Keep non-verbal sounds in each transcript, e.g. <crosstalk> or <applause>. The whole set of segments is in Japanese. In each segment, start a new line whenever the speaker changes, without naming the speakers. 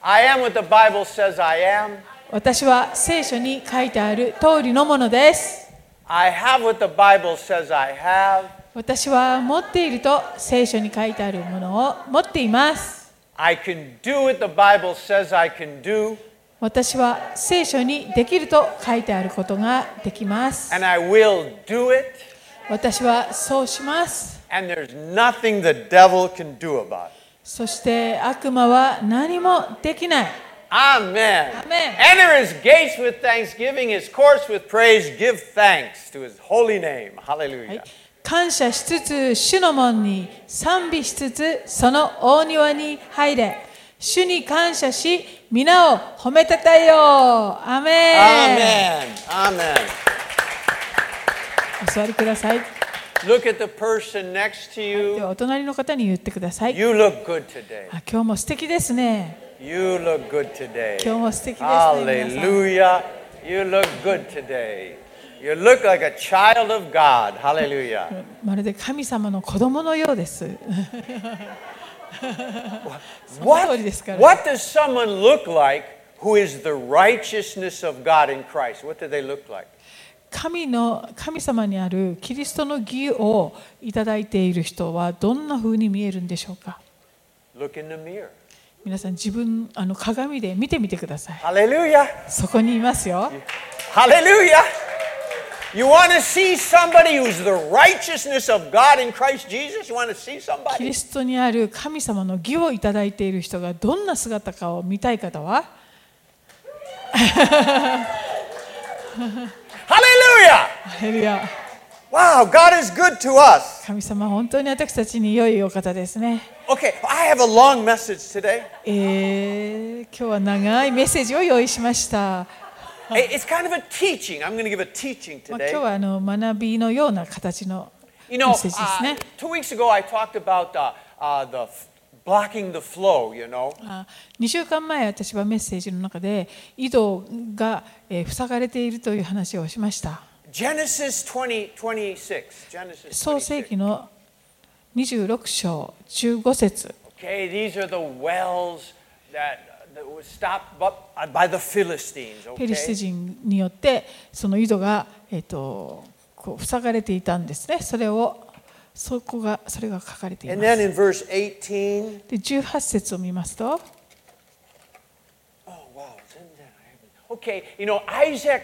I am what the Bible says I am.
私は聖書に書いてある通りのものです。
I have what the Bible says I have.
私は持っていると聖書に書いてあるものを持っています。
I can do what the Bible says I can do.
私は聖書にできると書いてあることができます。
And I will do it.
私はそうします。
And there's nothing the devil can do about it.
そして悪魔は何もできない。
Amen.
Amen.
Enter his gates with thanksgiving, his courts with praise. Give thanks to his holy name.
はい
Hallelujah.
感謝しつつ、主の門に賛美しつつ、その大庭に入れ、主に感謝し、皆を褒めたたえよう。アーメン
Amen. Amen.
お座りください。
Look at the person next to
で
you.
はお隣の方に言ってください。
You look good today.
あ今日も素敵ですね。
You look good today.
今日も素敵ですね。皆さん
Hallelujah. You look good today. You look like a child of God. Hallelujah.
まるで神様の子供のようです。
What,
その通りですから。
what does someone look like who is the righteousness of God in Christ? What do they look like?
神の神様にあるキリストの義をいただいている人はどんな風に見えるんでしょうか
Look in the mirror.
皆さん自分あの鏡で見てみてください
Hallelujah.
そこにいま
<laughs>
すよ
Hallelujah. You want to see somebody who's the righteousness of God in Christ Jesus? You want to see
キ
somebody?
リストにある神様の義をいただいている人がどんな姿かを見たい方は
Hallelujah.
ハレルヤ
Wow, God is good to us.
神様本当に私たちに良いお方ですね
Okay, I have a long message today.
えー、今日は長いメッセージを用意しました、
Hey, It's kind of a teaching. I'm going to give a teaching
まあ、今日
today.
はあの学びのような形の
You
メ
know,
ッセージです
uh,
ね、
two weeks ago I talked about uh, uh, the f- blocking the flow. You know,
あ2週間前私はメッセージの中で井戸が、えー塞がれているという話をしました
Genesis 20, 26. Genesis
創世
26.
紀の26章15節
Okay, these are the wells that, that were stopped bu- uh, by the Philistines.
ペリシテ
Okay,
人によってその井戸が、えー、とこう塞がれていたんですねそれをそこがそれが書かれてい
and
ます
then in verse 18.
で18節を見ますと
Oh wow, it's in there. I haven't- Okay, you know Isaac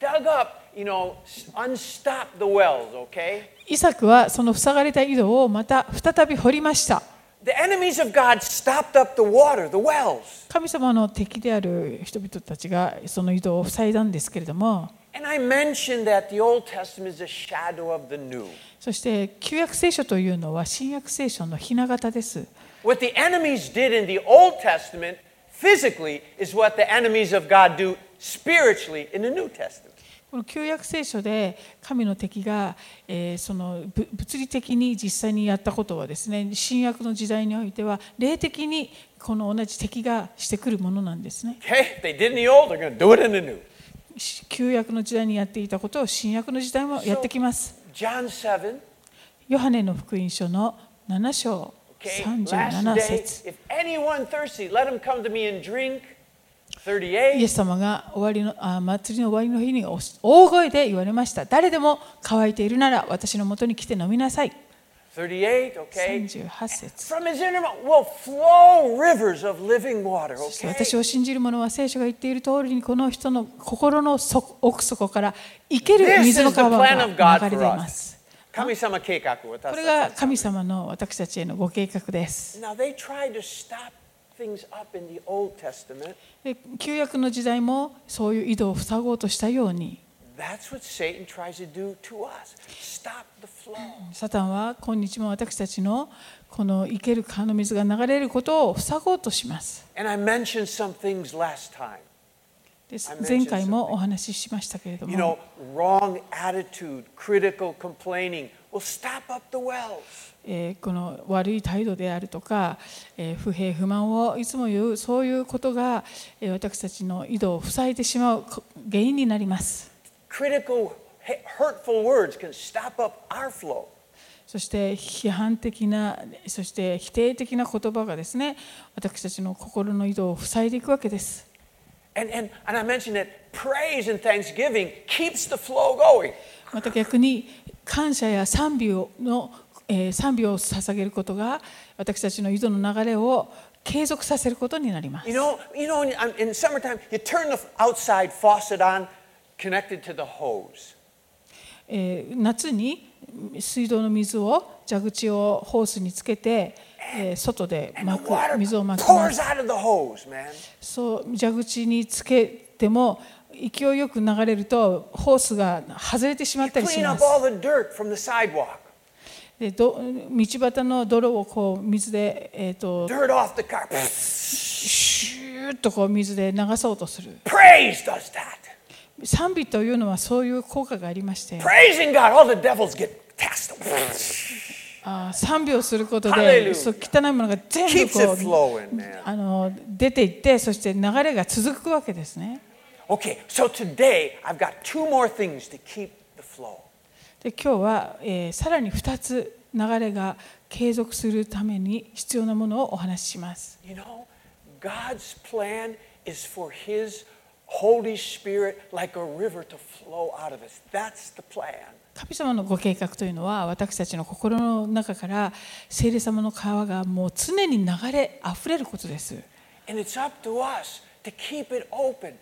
dug up. You know, s- unstopped the wells. Okay.
イサクはその塞がれた井戸をまた再び掘りました
The enemies of God stopped up the water, the wells.
神様の敵である人々たちがその井戸を塞いだんですけれども
And I mentioned that the Old Testament is a shadow of the new.
そして旧約聖書というのは新約聖書の雛形です。
What the enemies did in the Old Testament physically is what the enemies of God do spiritually in the New Testament.
この旧約聖書で神の敵が、えーそのぶ物理的に実際にやったことはですね新約の時代においては霊的にこの同じ敵がしてくるものなんですね
Okay, if they did in the old, they're going to do it in the new.
し旧約の時代にやっていたことを新約の時代もやってきます
John 7,
ヨハネの福音書の7章
okay, last
37
day,
節
if anyone thirsty, let him come to me and drink.
イエ
38,
ス様が終わりのあ祭りの終わりの日にお大声で言われました。誰でも乾いているなら私のもとに来て飲みなさい。
38, okay.
38節
From his inner mouth will flow rivers of living water.
そして
Okay.
私を信じる者は聖書が言っている通りにこの人の心の底奥底から生ける水の川が流れています。これ
神
が神
様計画を私たちは。
様の私たちへのご計画です。
Now they tried to stop things up in the Old Testament.
で旧約の時代もそういう井戸を塞ごうとしたように
That's what Satan tries to do to us. Stop the flow.
サタンは今日も私たちのこの生ける川の水が流れることを塞ごうとします。
And I mentioned some things last time.
です
I mentioned
前回もお話ししましたけれど
You
も
know,、wrong attitude, critical complaining will stop up the wells.
えーこの悪い態度であるとか、えー不平不満をいつも言うそういうことが、えー私たちの井戸を塞いでしまうこ原因になります。
Critical, hu- hurtful words can stop up our flow.
そして批判的なそして否定的な言葉がですね私たちの心の井戸を塞いでいくわけです
And, and, and I mentioned that praise and thanksgiving keeps the flow going.
また逆に感謝や賛美をの、えー賛美を捧げることが私たちの井戸の流れを継続させることになります
You know, you know in, in summertime, you turn the outside faucet on connected to the hose.
えー夏に水道の水を蛇口をホースにつけて、えー外で
And
ま
the water
く水をまきます
pours out of the hose, man.
そう蛇口につけても勢いよく流れるとホースが外れてしまったりし
Clean
ま
up
す
all the dirt from the sidewalk,
でど道端の泥をこう水で、えー、と
dirt off the car.
シューッとこう水で流そうとする
Praise does that.
賛美というのはそういう効果がありまして
Praising God, all the devils get cast.
あー賛美をすることで
Hallelujah.
そう汚いものが全
Keeps
部こ
it
う
flowing, man.
あの出ていってそして流れが続くわけですね
Okay, so today I've got two more things to keep the flow.
で今日は、えーさらに2つ流れが継続するために必要なものをお話しします
You know, God's plan is for His Holy Spirit like a river to flow out of us. That's the plan.
神様のご計画というのは私たちの心の中から聖霊様の川がもう常に流れあふれることです
And it's up to us to keep it open,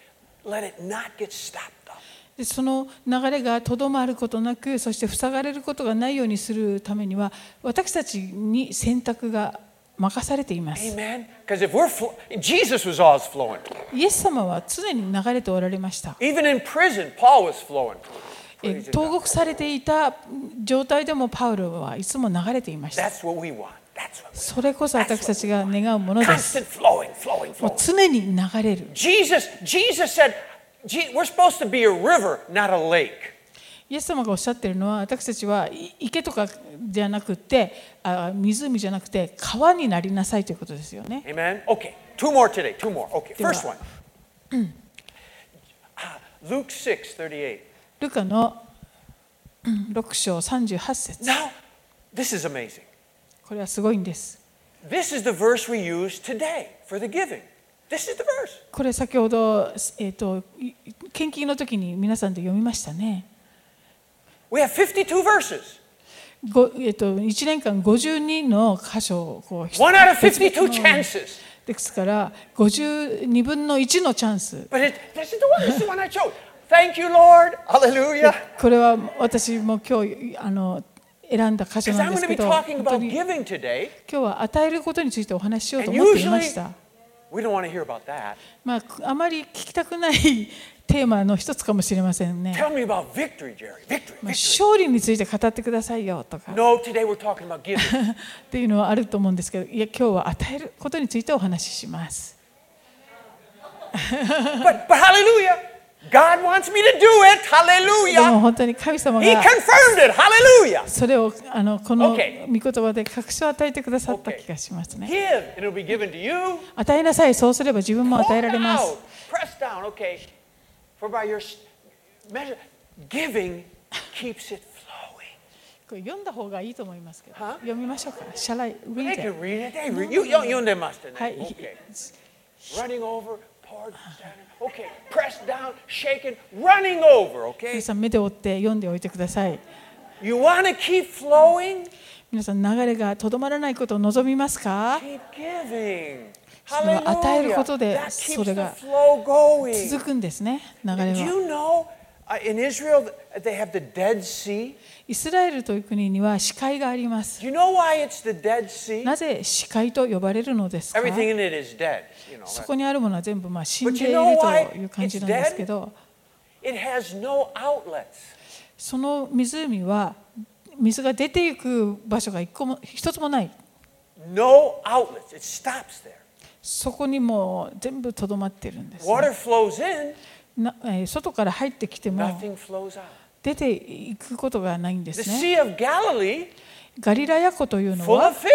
let it not get stopped up.
でその流れがとどまることなくそして塞がれることがないようにするためには私たちに選択が任されています
Amen? Because if we're, flo- Jesus was always flowing.
イエス様は常に流れておられました
Even in prison, Paul was flowing.
え
Praise
投
God.
獄されていた状態でもパウロはいつも流れていました
That's what we want. That's what
それこそ私たちが願うも
we
の
want.
です
Constant flowing, flowing,
もう
flowing.
常に流れる
Jesus, Jesus said, "Je- we're supposed to be a river, not a lake.
イエス様がおっしゃってるのは私たちはい池とかじゃなくてあ湖じゃなくて川になりなさいということですよね
Amen. Okay, two more today. Two more. Okay,
Do
first one. <clears throat>
what?
Ah, Luke 6, 38.
ルカのうん6章38節
Now, this is amazing.
これはすごいんです
This is the verse we use today for the giving. This is the verse.
これ先ほど、えー、とい献金の時に皆さんで読みましたね
We have 52 verses.
ごえー、と1年間52の箇所をこう
One out of 52
別々の
chances.
ですから52分の1のチャンス
But it, this is the one. This is the one I chose. Thank you, Lord. Hallelujah.
これは私も今日あの選んだ箇所
Because
な
I'm
んで
going
す
to
け
be
ど
talking
本当
about
に
giving today.
今日は与えることについてお話ししようと
And
思っていま
usually,
した。
we don't want to hear about that.
まあ、あまり聞きたくないテーマの一つかもしれませんね。
Tell me about victory, Jerry. Victory.
まあ
victory.
勝利について語ってくださいよとか
No, today we're talking about giving.
っていうのはあると思うんですけど、いや今日は与えることについてお話しします。
But, but hallelujah. God wants me to do it.
でも
Hallelujah.
本当に神様
He
が
confirmed it. Hallelujah.
それをあのこの御
Okay.
言葉で確証を与えてくださった気がしますね。
Give, and it'll be given to you.
与えなさい、そうすれば自分も与え
Poured
られます。
out, Press down, okay. For by your s- measure, giving keeps it flowing.
これ読んだ方がいいと思いますけど、
Huh?
読みましょうか。Shall I read
They
it?
can read it. They read. You, you, you must
はい。
Okay. Running over, poured down. Okay. Press down, shaken, running over.
皆
Okay.
さん目で追って読んでおいてください。
You want to keep flowing?
皆さん流れがとどまらないことを望みますか
Keep giving.
それは与えることで、
That keeps the
それが
flow going.
続くんですね流れ
Do
は
you know uh, in Israel they have the Dead Sea?
イスラエルという国には視界があります
Do you know why it's the Dead Sea?
なぜ視界と呼ばれるのですか
Everything in it is dead. You know,
そ
right?
こにあるものは全部まあ死んでい
But
る
you know why
という感じなんですけど
It has no outlets.
その湖は水が出ていく場所が一個も一つもない
No outlets. It stops there.
そこにもう全部とどまってるんですね、
Water flows in,
なえー外から入ってきても
nothing flows out.
出ていくことがないんで
The
すね
Sea of Galilee,
ガリラヤ湖というの
full
は
of fish.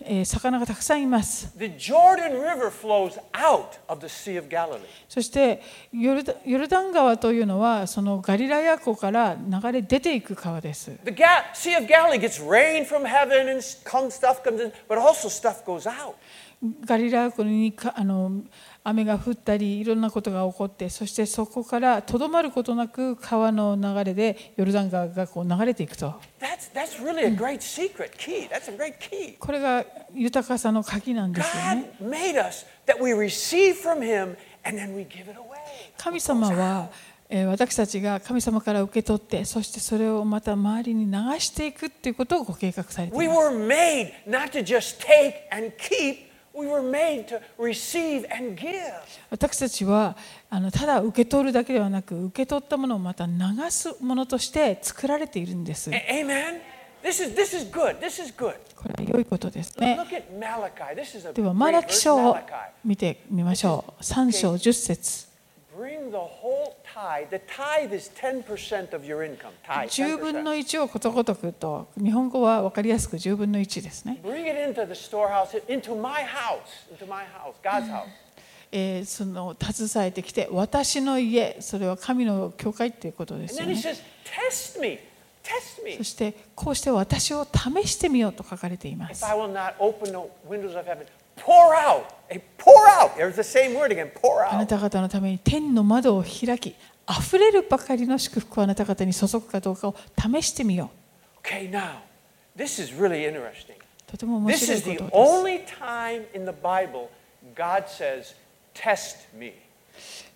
えー魚がたくさんいます
The Jordan River flows out of the Sea of Galilee.
そしてヨルダヨルダン川というのはそのガリラヤ湖から流れ出ていく川です
The Ga- Sea of Galilee gets rain from heaven and s- come, stuff comes in, but also stuff goes out.
ガリラヤ湖にかあの雨が降ったりいろんなことが起こってそしてそこからとどまることなく川の流れでヨルダン川がこう流れていくと
That's, that's really a great secret key. That's a great key.
これが豊かさの鍵なんですよ
God
ね
made us that we receive from Him and then we give it away.
神様はえー私たちが神様から受け取ってそしてそれをまた周りに流していくっていうことをご計画されていま
We
す
were made not to just take and keep, we were made to receive and give.
私たちはあのただ受け取るだけではなく受け取ったものをまた流すものとして作られているんです
A- amen? This is, this is good. This is good.
これは良いことですね
Look at Malachi. This is a
で
great
はマラキ
verse,
書を
Malachi.
見てみましょう3章10節
Bring the whole tithe. The tithe is 10% of your income. Tithe.
10分の
10%.
1をことごとくと日本語は分かりやすく10分の1ですね、
Bring it into the storehouse, into my house, into my house, God's house.
えーその携えてきて私の家それは神の教会っていうことで
And
すよ
then he
ね
says, Test me, test me.
そしてこうして私を試してみようと書かれています
If I will not open the windows of heaven, pour out, a pour out. There's the same word again, pour
あな
out.
た方のために天の窓を開き、あふれるばかりの祝福をあなた方に注ぐかどうかを試してみよ
Okay, now, this is really interesting.
う。とても面
This
白
is
い
the
ことで
only time in the Bible God says, Test me.
す。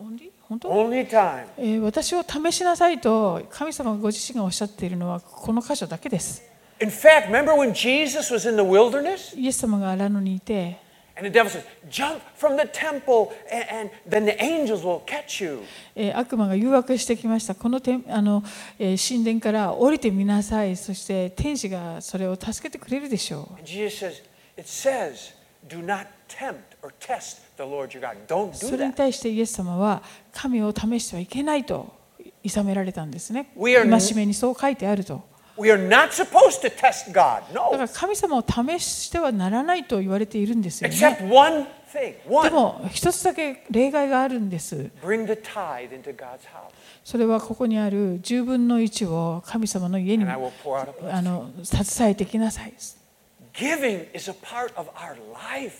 Only？本当
Only time.
えー私を試しなさいと神様ご自身がおっしゃっているのはこの箇所だけです。
In fact, remember when Jesus was in the wilderness?
イエス様が荒野にいて、
And the devil says, Jump from the temple, and, and then the angels will catch you.
えー悪魔が誘惑してきました。この天あの、えー神殿から降りてみなさい。そして天使がそれを助けてくれるでしょう。
And Jesus says, It says, Do not tempt or test the Lord your God. Don't
そ
do
れに
that.
対してイエス様は神を試してはいけないと諌められたんですね。
We are-
戒めにそう書いてあると。
We are not supposed to test God.
だか
No.
ら神様を試してはならないと言われているんですよ
Except
ね。
one thing
で
one,
も一つだけ例外があるんです。
bring the tithe into God's house.
それはここにある10分の1を神様の家に
And I
あ
will pour out a blessing.
の携えてきなさい。
Giving is a part of our life.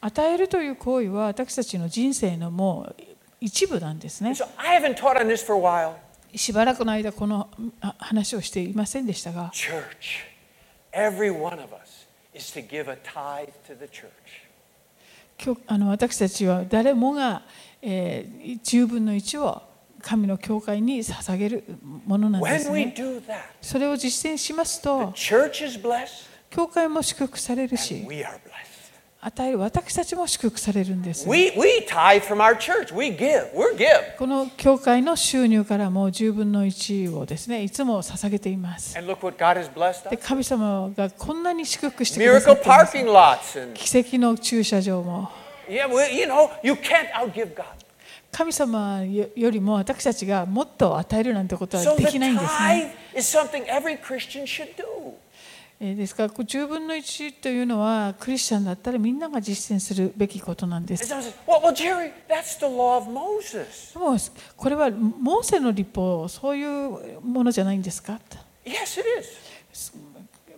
与えるという行為は私たちの人生のもう一部なんですね
And。so I haven't taught on this for a while.
しばらくの間このあ話をしていませんでしたが。
Church, every one of us is to give a tithe to the church.
教あの私たちは誰もが、えー、10分の1を神の教会に捧げるものなんです
When we
ね。
do that,
それを実践します
the
と、
church is blessed
教会も祝福される
and
し、
we are blessed.
与える私たちも祝福されるんです。
We, we tithe from our church. We give. We're give.
この教会の収入からも10分の1をですね、いつも捧げています。
And look what God has blessed
で、
us.
神様がこんなに祝福してくださ
Miracle
っています
parking lots and
奇跡の駐車場も。
yeah, well, you know, you can't outgive God.
神様よよりも私たちがもっと与えるなんてこと
So
はで
the
きないんですね。
tithe is something every Christian should do.
えーですからこう10分の1というのはクリスチャンだったらみんなが実践するべきことなんで
And
す。
someone says, well, well, Jerry, that's the law of Moses.
でもこれはモーセの立法そういうものじゃないんですか
Yes, it is.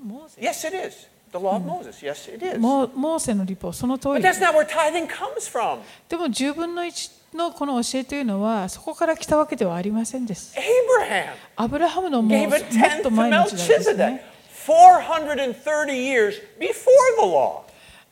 モーセ
Yes, it is. The law of Moses. Yes, it is.
モーモーセの立法その通
But
り
that's not where tithing comes from.
でも10分の1のこの教えというのはそこから来たわけではありませんです。
Abraham
アブラハムのもう
gave
も
a
っと
tenth to
前の時代ですね
Melchizedek 430 years before the law.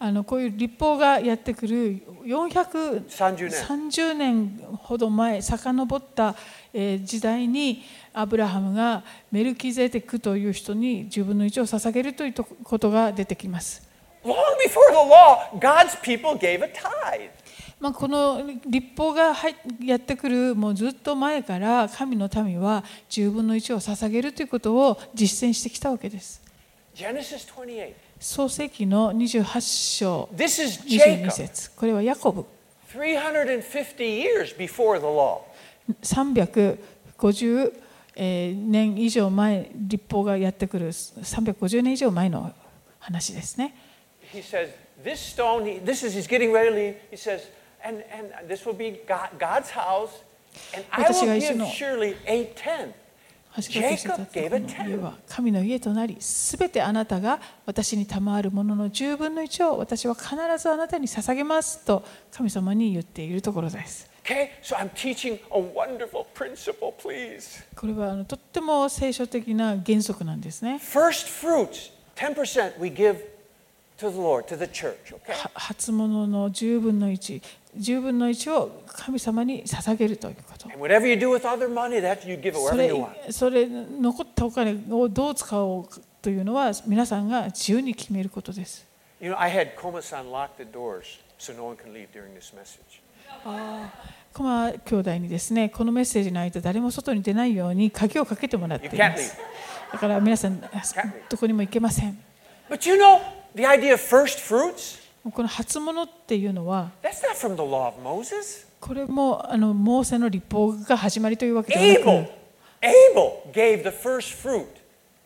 あのこういう立法がやってくる
30年
430年ほど前遡ったえー時代にアブラハムがメルキゼテクという人に10分の1を捧げるというとことが出てきます。
Long before the law, God's people gave a tithe.
まあ、この立法が入っやってくるもうずっと前から神の民は10分の1を捧げるということを実践してきたわけです。
Genesis 28.
創世紀の28章
This is
22
Jacob,
節これはヤコブ
350 years before the law.
350えー年以上前立法がやってくる350年以上前の話ですね
he says, This stone, he, this is, he's getting ready to leave. He says, And, and this will be God, God's house, and I will
私が一緒の-
give surely a tenth.
橋本さんたちのこの家は神の家となり、すべてあなたが私に賜るものの10分の1を私は必ずあなたに捧げますと神様に言っているところです。
Okay, so I'm teaching a wonderful principle, please.
これはあのとっても聖書的な原則なんですね。
First fruits, 10% we give to the Lord, to the church, okay?
は初物の10分の1、10分の1を神様に捧げるということ。
And whatever you do with other money, that you give it
そ
wherever
れ
you want.
それ残ったお金をどう使おうかというのは皆さんが自由に決めることです。
You know, I had Komasan lock the doors so no one can leave during this message.
コマ兄弟にですねこのメッセージの間誰も外に出ないように鍵をかけてもらってい
You can't
ま
leave.
す。だから皆さん
leave.
どこにも行けません。
But you know, the idea of first fruits,
もうこの初物っていうのは
that's not from the law of Moses.
これもあのモーセの立法が始まりというわけではな
Abel,
く
Abel gave the first fruit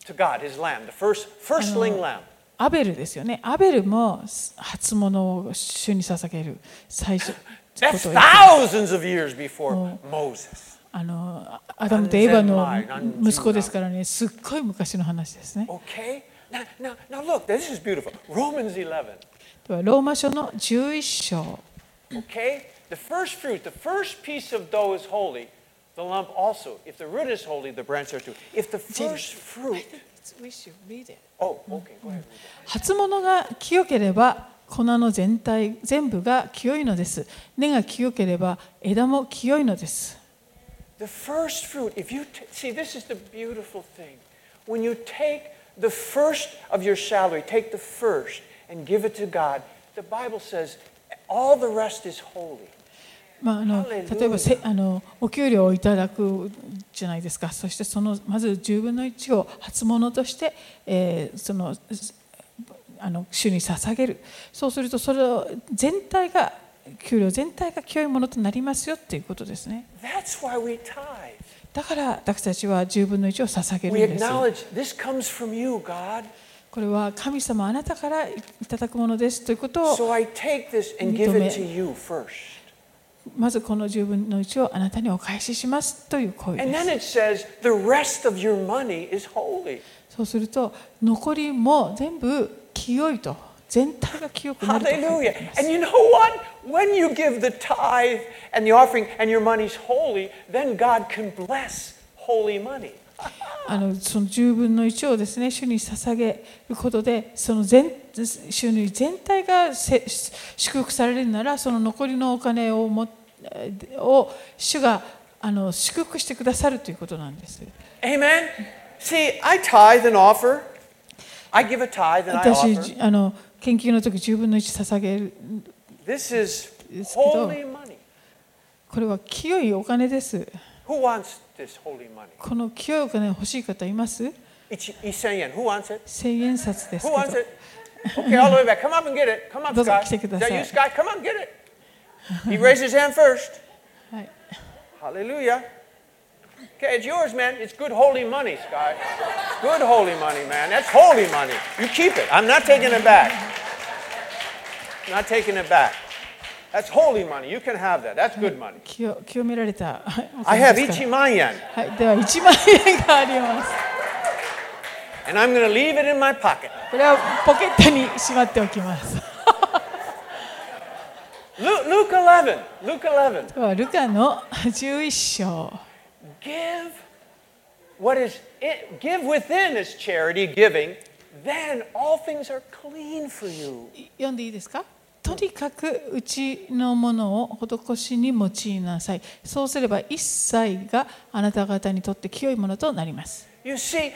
to God, his lamb, the first firstling lamb.
アベルですよね。アベルも初物を主に捧げる最初
That's
やってます
thousands of years before Moses.
あのアダムとエヴァ
何千万何十
の
万
息子ですからねすっごい昔の話ですね。
Okay? Now, now, now look, this is beautiful. Romans 11.
ではローマ書の11章。
Okay? The first fruit, the first piece of dough is holy, the lump also. If the root is holy, the branch are too. If the first fruit. Oh, okay, go ahead. read that.
初物が清ければ粉の全体全部が清いのです根が清ければ枝も清いのです
The first fruit, if you t- see, this is the beautiful thing. When you take the first of your salary, take the first and give it to God, the Bible says all the rest is holy.
まあ、あの
Hallelujah.
例えばせあのお給料をいただくじゃないですかそしてそのまず10分の1を初物として、えーそのすあの主に捧げるそうするとそれを全体が給料全体が清いものとなりますよっていうことですね
That's why we tithe.
だから私たちは10分の1を捧げ
We
るんです
acknowledge this comes from you, God.
これは神様あなたからいただくものですということを
So I take this and give it to you first.
まずこの十分の一をあなたにお返ししますという行為
And
で
then
す
it says the rest of your money is holy.
そうすると残りも全部清いと全体が清くなると書いてあり
Hallelujah.
ます
And you know what? When you give the tithe and the offering and your money's holy, then God can bless holy money.
あのその十分の一をですね主に捧げることでその全収入全体がせ祝福されるならその残りのお金をもを主があの祝福してくださるということなんです。
Amen. See, I tithe and offer. I give a tithe and I
<laughs> 私
offer.
あの研究の時10分の1捧げる
This is
It's good.
holy money.
これは清いお金です。
Who wants this holy money?
この清いお金欲しい方います
一1000 yen. Who wants it?
千円札ですけ
Who
ど
wants it? Okay, all the way back. Come up and get it. Come up,
どうぞ
Scott.
来てくだ
Is
さ
that
い。
you, Scott? Come up and get it. He raised his hand first.
はい、
Hallelujah. Okay, it's yours, man. It's good holy money, Sky. Good holy money, man. That's holy money. You keep it. I'm not taking it back. Not taking it back. That's holy money. You can have that. That's good money.
清清められた。はいお
I
金
have
ですから
ichiman yen,
はい、では1万円があります。
and I'm going to leave it in my pocket.
これはポケットにしまっておきます。
Luke, Luke 11. Luke 11.
ではルカの11章。
Give what is it, give within is charity giving. Then all things are clean for you.
い読んでいいですかとにかくうちのものを施しに用いなさい。そうすれば一切があなた方にとって清いものとなります。
You see,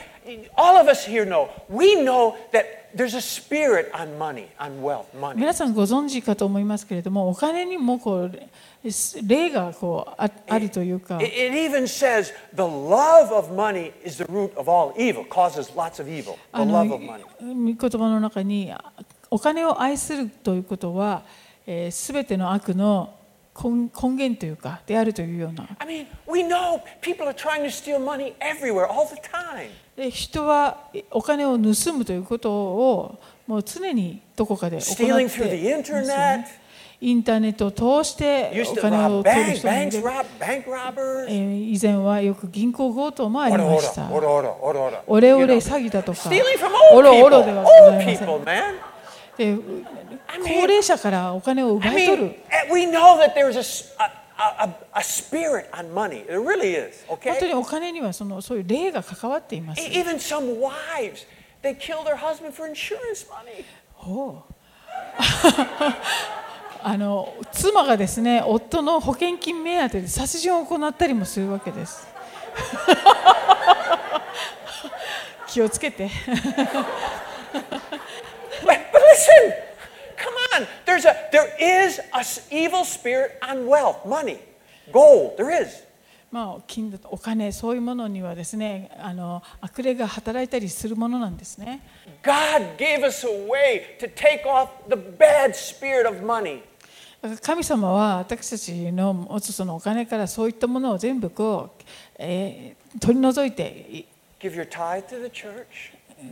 all of us here know, we know that there's a spirit on money, on wealth, money.
皆さんご存知かと思いますけれどもお金にもこうす霊がこうああるというか
It, it even says the love of money is the root of all evil, causes lots of evil. The
あの
love
御
of money.
言葉の中にあお金を愛するということはすべての悪の根根源というかであるというような
I mean, we know people are trying to steal money everywhere, all the time.
で人はえお金を盗むということをもう常にどこかで行って
Stealing
ます
through
よ
the
ね
internet.。
インターネットを通して
Used
お
to
金
rob
を取る
banks,
人もい
banks
る、
rob bank robbers.
えー以前はよく銀行強盗もあり
Ora,
ま
ora,
した。
ora, ora, ora, ora.
オレ
You
オレ
know,
詐欺だとか
Stealing from、
オ
old
ロオロで
people.
はござ
Old
いません
people,。man.
で高齢者からお金を
I
奪い取
mean,
る。
eh, we know that there's a s- a, a, a, a spirit on money. There really is,
本当
okay?
にお金にはそのそういう霊が関わっています
E-。Even some wives, they kill their husband for insurance <laughs> money.
ほうあの妻がですね夫の保険金目当てで殺人を行ったりもするわけです
<laughs>
気をつけて
But, but listen, come on. There's a, there is an evil spirit on wealth, money, gold. There is.
まあ金だとお金そういうものにはですねあの悪霊が働いたりするものなんですね
God gave us a way to take off the bad spirit of money.
だから神様は私たちの持つそのお金からそういったものを全部こう、えー取り除いてい
Give your tithe to the church.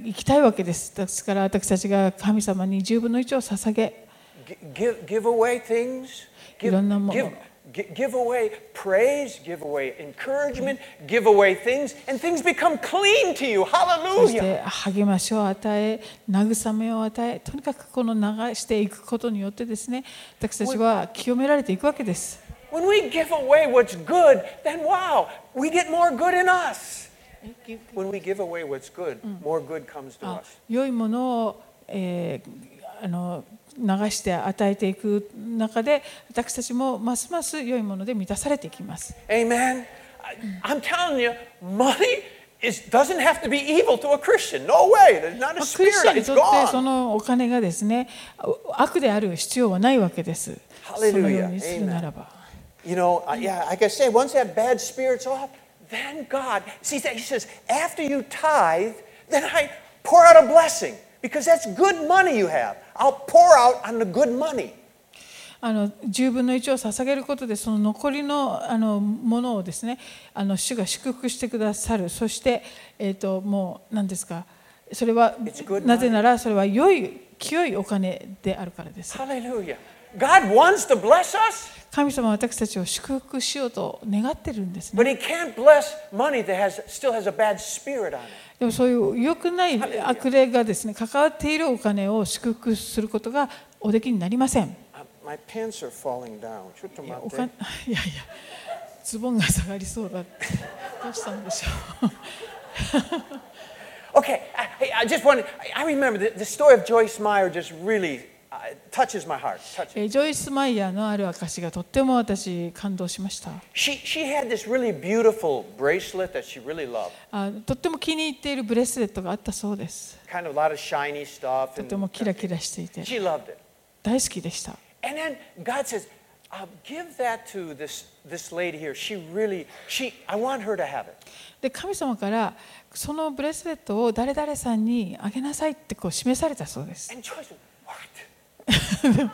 行きたいわけです。ですから私たちが神様に10分の1を捧げ、
G- give, give away things. Give,
いろんなもの。
give, gi- give away praise. Give away encouragement. Give away things. And things become clean to you.
そし
Hallelujah.
て励ましを与え、慰めを与え、とにかくこの流していくことによってですね、私たちは清められていくわけです。
When we give away what's good, then wow, we get more good in us. When we give away what's good, more good comes to
あ
us.
良いものを、えーあの流して与えていく中で、私たちもますます良いもので満たされていきます。
Amen. I, I'm telling you, money is, doesn't have to be evil to a Christian. No way. There's not
ま
a
あクリスチ
spirit.
ャンに
It's
とってそ
gone.
のお金がですね悪である必要はないわけです。その
Hallelujah.
ようにするならば。
You know, I, yeah, like I say, once that bad spirit's off, then God, see, that- he says, after you tithe, then I pour out a blessing because that's good money you have. I'll pour out on the good money.
あの10分の1を捧げることでその残りのあのものをですねあの主が祝福してくださるそして、えー、ともう何ですかそれは
It's good money.
なぜならそれは良い清いお金であるからです。
Hallelujah. God wants to bless us.
神様は私たちを祝福しようと願ってるんですね。
But he can't bless money that has still has a bad spirit on it.
でもそういう良くない悪霊がですね関わっているお金を祝福することがおできになりません。
Uh, My pants are falling down. ちょっと
いや
待
お
って
金 <laughs> いやいやズボンが下がりそ
<laughs>
うだってどうしたんでしょう。
Okay, I, hey, I just wanted, I I remember the, the story of Joyce Meyer just really uh, touches my heart. Touches.
えージョイス・マイヤーのある証がとっても私感動しました
She, she had this really beautiful bracelet that she really loved.
あとっても気に入っているブレスレットがあったそうです
Kind of a lot of shiny stuff.
と
And
てもキラキラしていて
she loved it.
大好きでした
And then God says, uh, give that to this, this lady here. She really, she, I want her to have it.
で神様からそのブレスレットを誰々さんにあげなさいってこう示されたそうです
<laughs> And Joyce, what?
でも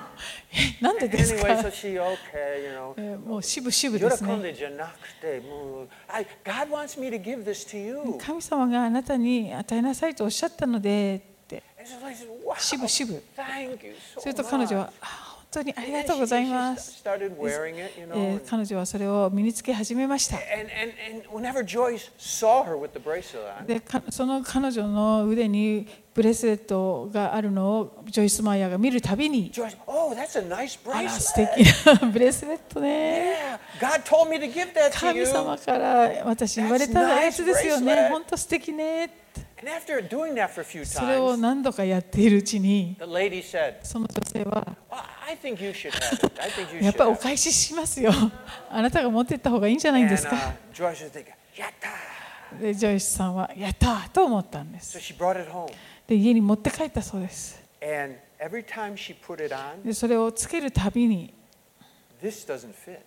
えなんでです
Anyway,
か
so、she, okay, you know.
<laughs> えーもう渋々ですね
喜んでじゃなくて、もう、I- God wants me to give this to you.
神様があなたに与えなさいとおっしゃったのでって
And so I said, wow,
渋々。
thank you so
すると彼女
much.
はあ本当にあり
And
が
then
とうございま
she- she
す
started wearing it, you know,
えー
and-
彼女はそれを身につけ始めました
And, and, and whenever Joyce saw her with the bracelet on,
でかその彼女の腕にブレスレットがあるのをジョイス・マイヤーが見るたびに
Joyce, oh, that's a nice
あら
bracelet.
素敵
<laughs>
なブレスレットね
Yeah, God told me to give that to
神
you.
様から私言われた
That's nice
やつですよね
bracelet.
本当素敵ね
And after doing that for a few
それを
times,
何度かやっているうちに
the lady said,
その女性は
well, I think you should have it. I think
<laughs>
you
やっ
should
ぱりお
have it.
返ししますよあなたが持ってった方がいいんじゃないんで
And
す
uh,
か
Joyce was thinking, yatta.
でジョイスさんはやったーと思ったんで
So
す
she brought it home.
で家に持って帰ったそうです
And every time she put it on,
でそれをつけるたびに
this doesn't fit.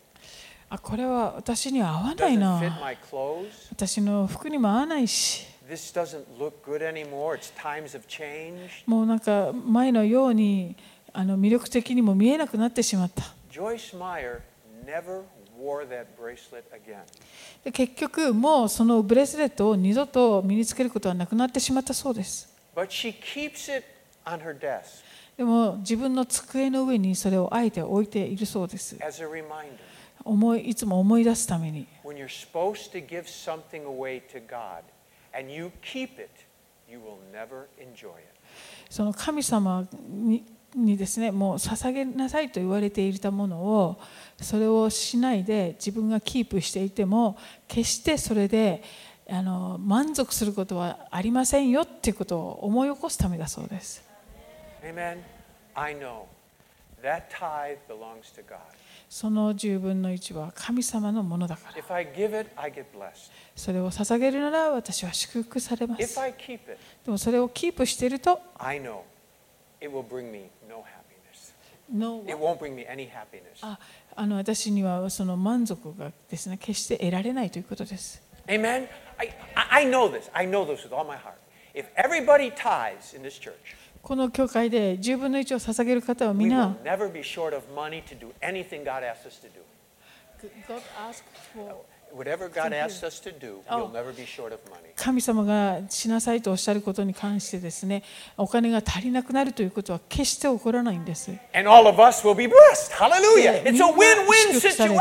あこれは私には合わない
Doesn't
な
fit my clothes.
私の服にも合わないし
This doesn't look good anymore. It's times have changed.
もうなんか前のようにあの魅力的にも見えなくなってしまった
Joyce Meyer never wore that bracelet again.
で結局もうそのブレスレットを二度と身につけることはなくなってしまったそうです
But she keeps it on her desk
でも自分の机の上にそれをあえて置いているそうです
as a reminder.
思いいつも思い出すために
When you're supposed to give something away to God and you keep it, you will never enjoy it.
その神様ににですねもう捧げなさいと言われていたものをそれをしないで自分がキープしていても決してそれであの満足することはありませんよっていうことを思い起こすためだそうです
Amen? I know that tithe belongs to God.
その十分の一は神様のものだから
If I give it, I get blessed.
それを捧げるなら私は祝福されます
If I keep it,
でもそれをキープしていると
I know it will bring me no happiness.
No
It won't bring me any happiness.
ああの私にはその満足がですね決して得られないということです
Amen? I, I I know this. I know this with all my heart. If everybody tithes in this church,
この教会で10分の1を捧げる方は
we
皆
will never be short of money to do anything God asks us to do. Whatever God asks us to do, we'll
Oh.
never be short of money.
神様がしなさいとおっしゃることに関してですねお金が足りなくなるということは決して起こらないんです
And all of us will be blessed. Hallelujah.
で
It's a
みんな
win-win
祝福される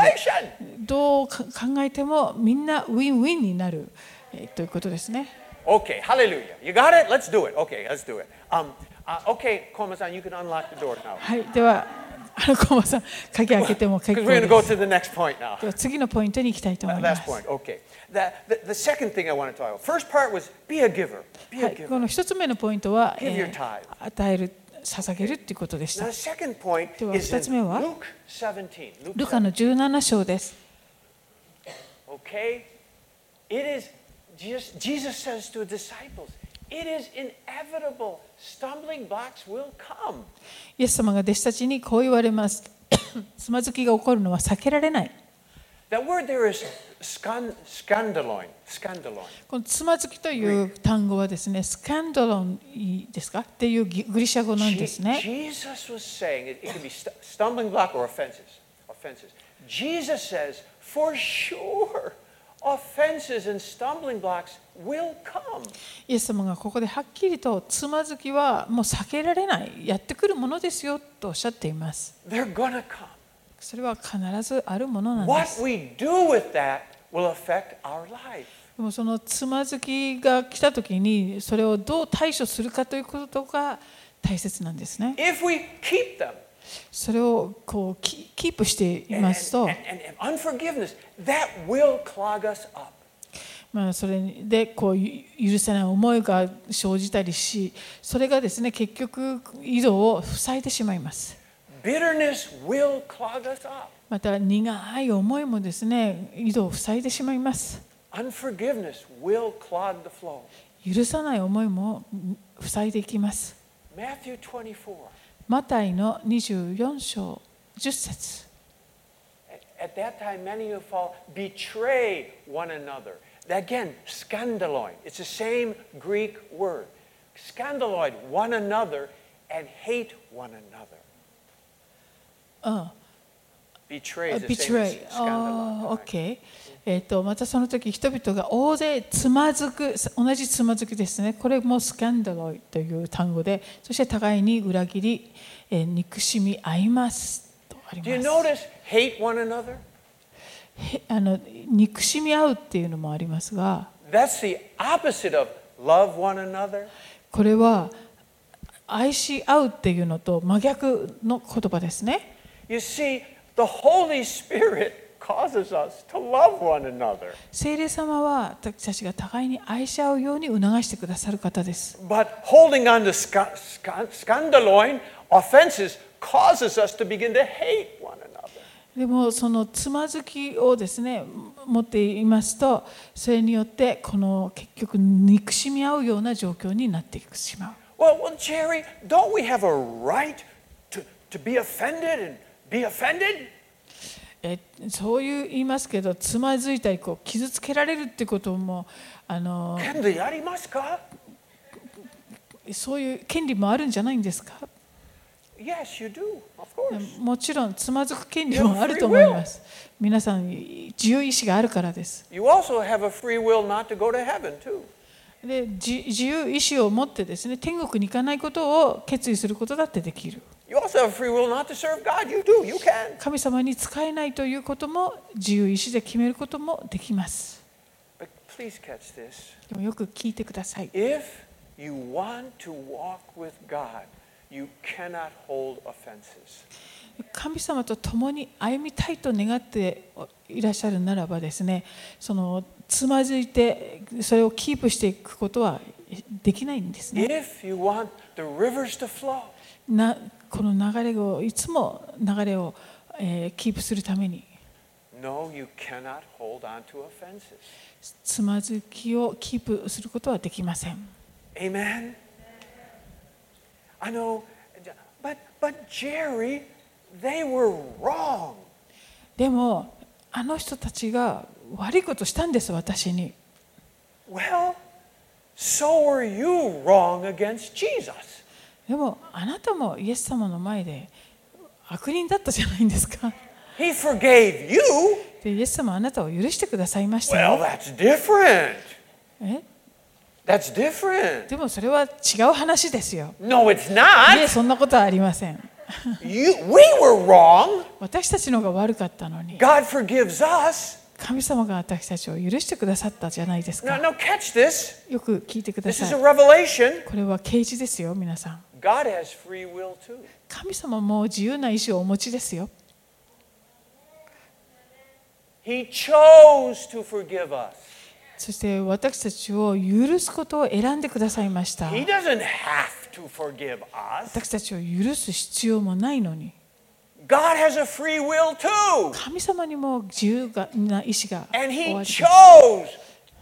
situation.
どうか考えてもみんなウィンウィンになる、えーということですね
Okay, hallelujah. You got it? Let's do it. Okay, let's do it. Um, uh, okay, Koma-san, you can unlock the door now.
はいではあの駒さん鍵開けても
Because
結
we're
構
going to
で
go
す
to the next point now.
では次のポイントに行きたいと思
Uh,
いま
Last
す
point, okay. The, the, the second thing I want to talk about. First part was be a giver. Be
は
a
い、
giver.
この一つ目のポイントは、
Give your
えー
tithe.
与える、捧げるっていうことでし
Now,
た
the。second point
では、
is in
二つ目は？
Luke 17. Luke
ルカの17章です。
Okay? It is, just, Jesus says to his disciples, it is inevitable. Stumbling blocks will come.
イエス様が弟子たちにこう言われます。 <coughs> つまずきが起こるのは避けられない。
That word there is scan, scandaloin. Scandaloin.
このつまずきという単語はですね、スキャンドロンですかっていうギグリシャ語なんです
Je-
ね。
Jesus was saying, it, it could be stu- stumbling block or offenses. Offenses. Jesus says, for sure, offenses and stumbling blocks will come.
イエス様がここではっきりとつまずきはもう避けられない、やってくるものですよとおっしゃっています。
They're going to come.
それは必ずあるものなんで
What
す。
we do with that will affect our life.
でもそのつまずきが来た時にそれをどう対処するかということが大切なんですね。
If we keep them
それをこうキキープしてい
and,
ますと
and,、and- and unforgiveness, that will clog us up.
まあ、それでこうゆ許せない思いが生じたりしそれがですね結局井戸を塞いでしまいます。
Bitterness will clog us up.
また苦い思いもですね井戸を塞いでしまいます。
Unforgiveness will clog the flow.
許さない思いもん塞いでいきます。
Matthew 24.
マタイの24章10節
At that time, many who fall betray one another. Again, scandaloid. It's the same Greek word. Scandaloid, one another, and hate one another.
うん。
Betray is the same as
Uh, betray. Oh, あ
scandaloid.
OK。えっ、と、またその時人々が大勢つまずく、同じつまずきですね。これもスキャンダロイという単語で、そして互いに裏切り、えー憎しみ合います。とあり
Do you
ます
notice hate one another?
へあの憎しみ合うっていうのもありますが、
That's the opposite of love one another.
これは愛し合うっていうのと真逆の言葉ですね。
You see, the Holy Spirit <laughs> causes us to love one another.
聖霊様は私たちが互いに愛し合うように促してくださる方です。
But holding on to sca- sca- scandaloin offenses causes us to begin to hate one another.
でもそのつまずきをですね持っていますとそれによってこの結局憎しみ合うような状況になってしまう
Well, well, Jerry, don't we have a right to, to be offended and be offended?
えそういう言いますけどつまずいたりこう傷つけられるってこともあの
Kendeyarimasuka?
そういう権利もあるんじゃないんですか
Yes, you do, of course.
もちろんつまずく権利もあると思います皆さん自由意志があるからです
You also have a free will not to go to heaven, too.
でで自自由意志を持ってですね天国に行かないことを決意することだってできる
You also have free will not to serve God. You do. You can.
神様に使えないということも自由意志で決めることもできます
But please catch this.
でもよく聞いてください
If you want to walk with God, you cannot hold offenses.
神様と共に歩みたいと願っていらっしゃるならばですねそのつまずいてそれをキープしていくことはできないんですね
If you want the rivers to flow,
なこの流れをいつも流れを、えーキープするために
no, you cannot hold on to offenses.
つまずきをキープすることはできません
Amen. I know, but but Jerry, they were wrong.
でもあの人たちが悪いことしたんです私に
Well, so were you wrong against Jesus.
でもあなたもイエス様の前で悪人だったじゃないんですか <laughs>
He forgave you.
でイエス様はあなたを許してくださいましたよ
Well, that's different.
え
That's different.
でもそれは違う話ですよ。
No, it's
いえ、
not.
そんなことはありません。
You, we were wrong.
私たちの方が悪かったのに、
God forgives us.
神様が私たちを許してくださったじゃないです
Now,
か。
now catch this.
よく聞いてくだ
This
さ
is a
い。
revelation.
これは啓示ですよ、皆さん。
God has free will too.
神様も自由な意志をお持ちですよ。
He chose to forgive us.
そして私たちを許すことを選んでくださいました。
He doesn't have to forgive us.
私たちを許す必要もないのに、
God has a free will too.
神様にも自由がな意志が
And
おあ
he
りです
chose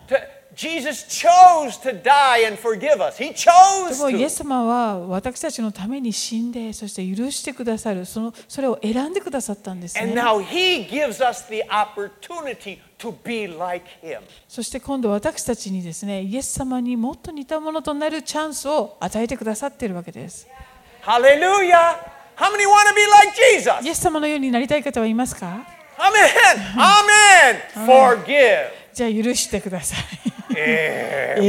to Jesus chose to die and forgive us. He
で
chose
もイエ
to.
ス様は私たちのために死んでそして許してくださるそのそれを選んでくださったんですね
And now he gives us the opportunity to be like him.
そして今度私たちにですねイエス様にもっと似たものとなるチャンスを与えてくださっているわけです
Hallelujah. How many want to be like
イ
Jesus?
エス様のようになりたい方はいますか
Amen. Amen. Forgive.
じゃあ許してください
That's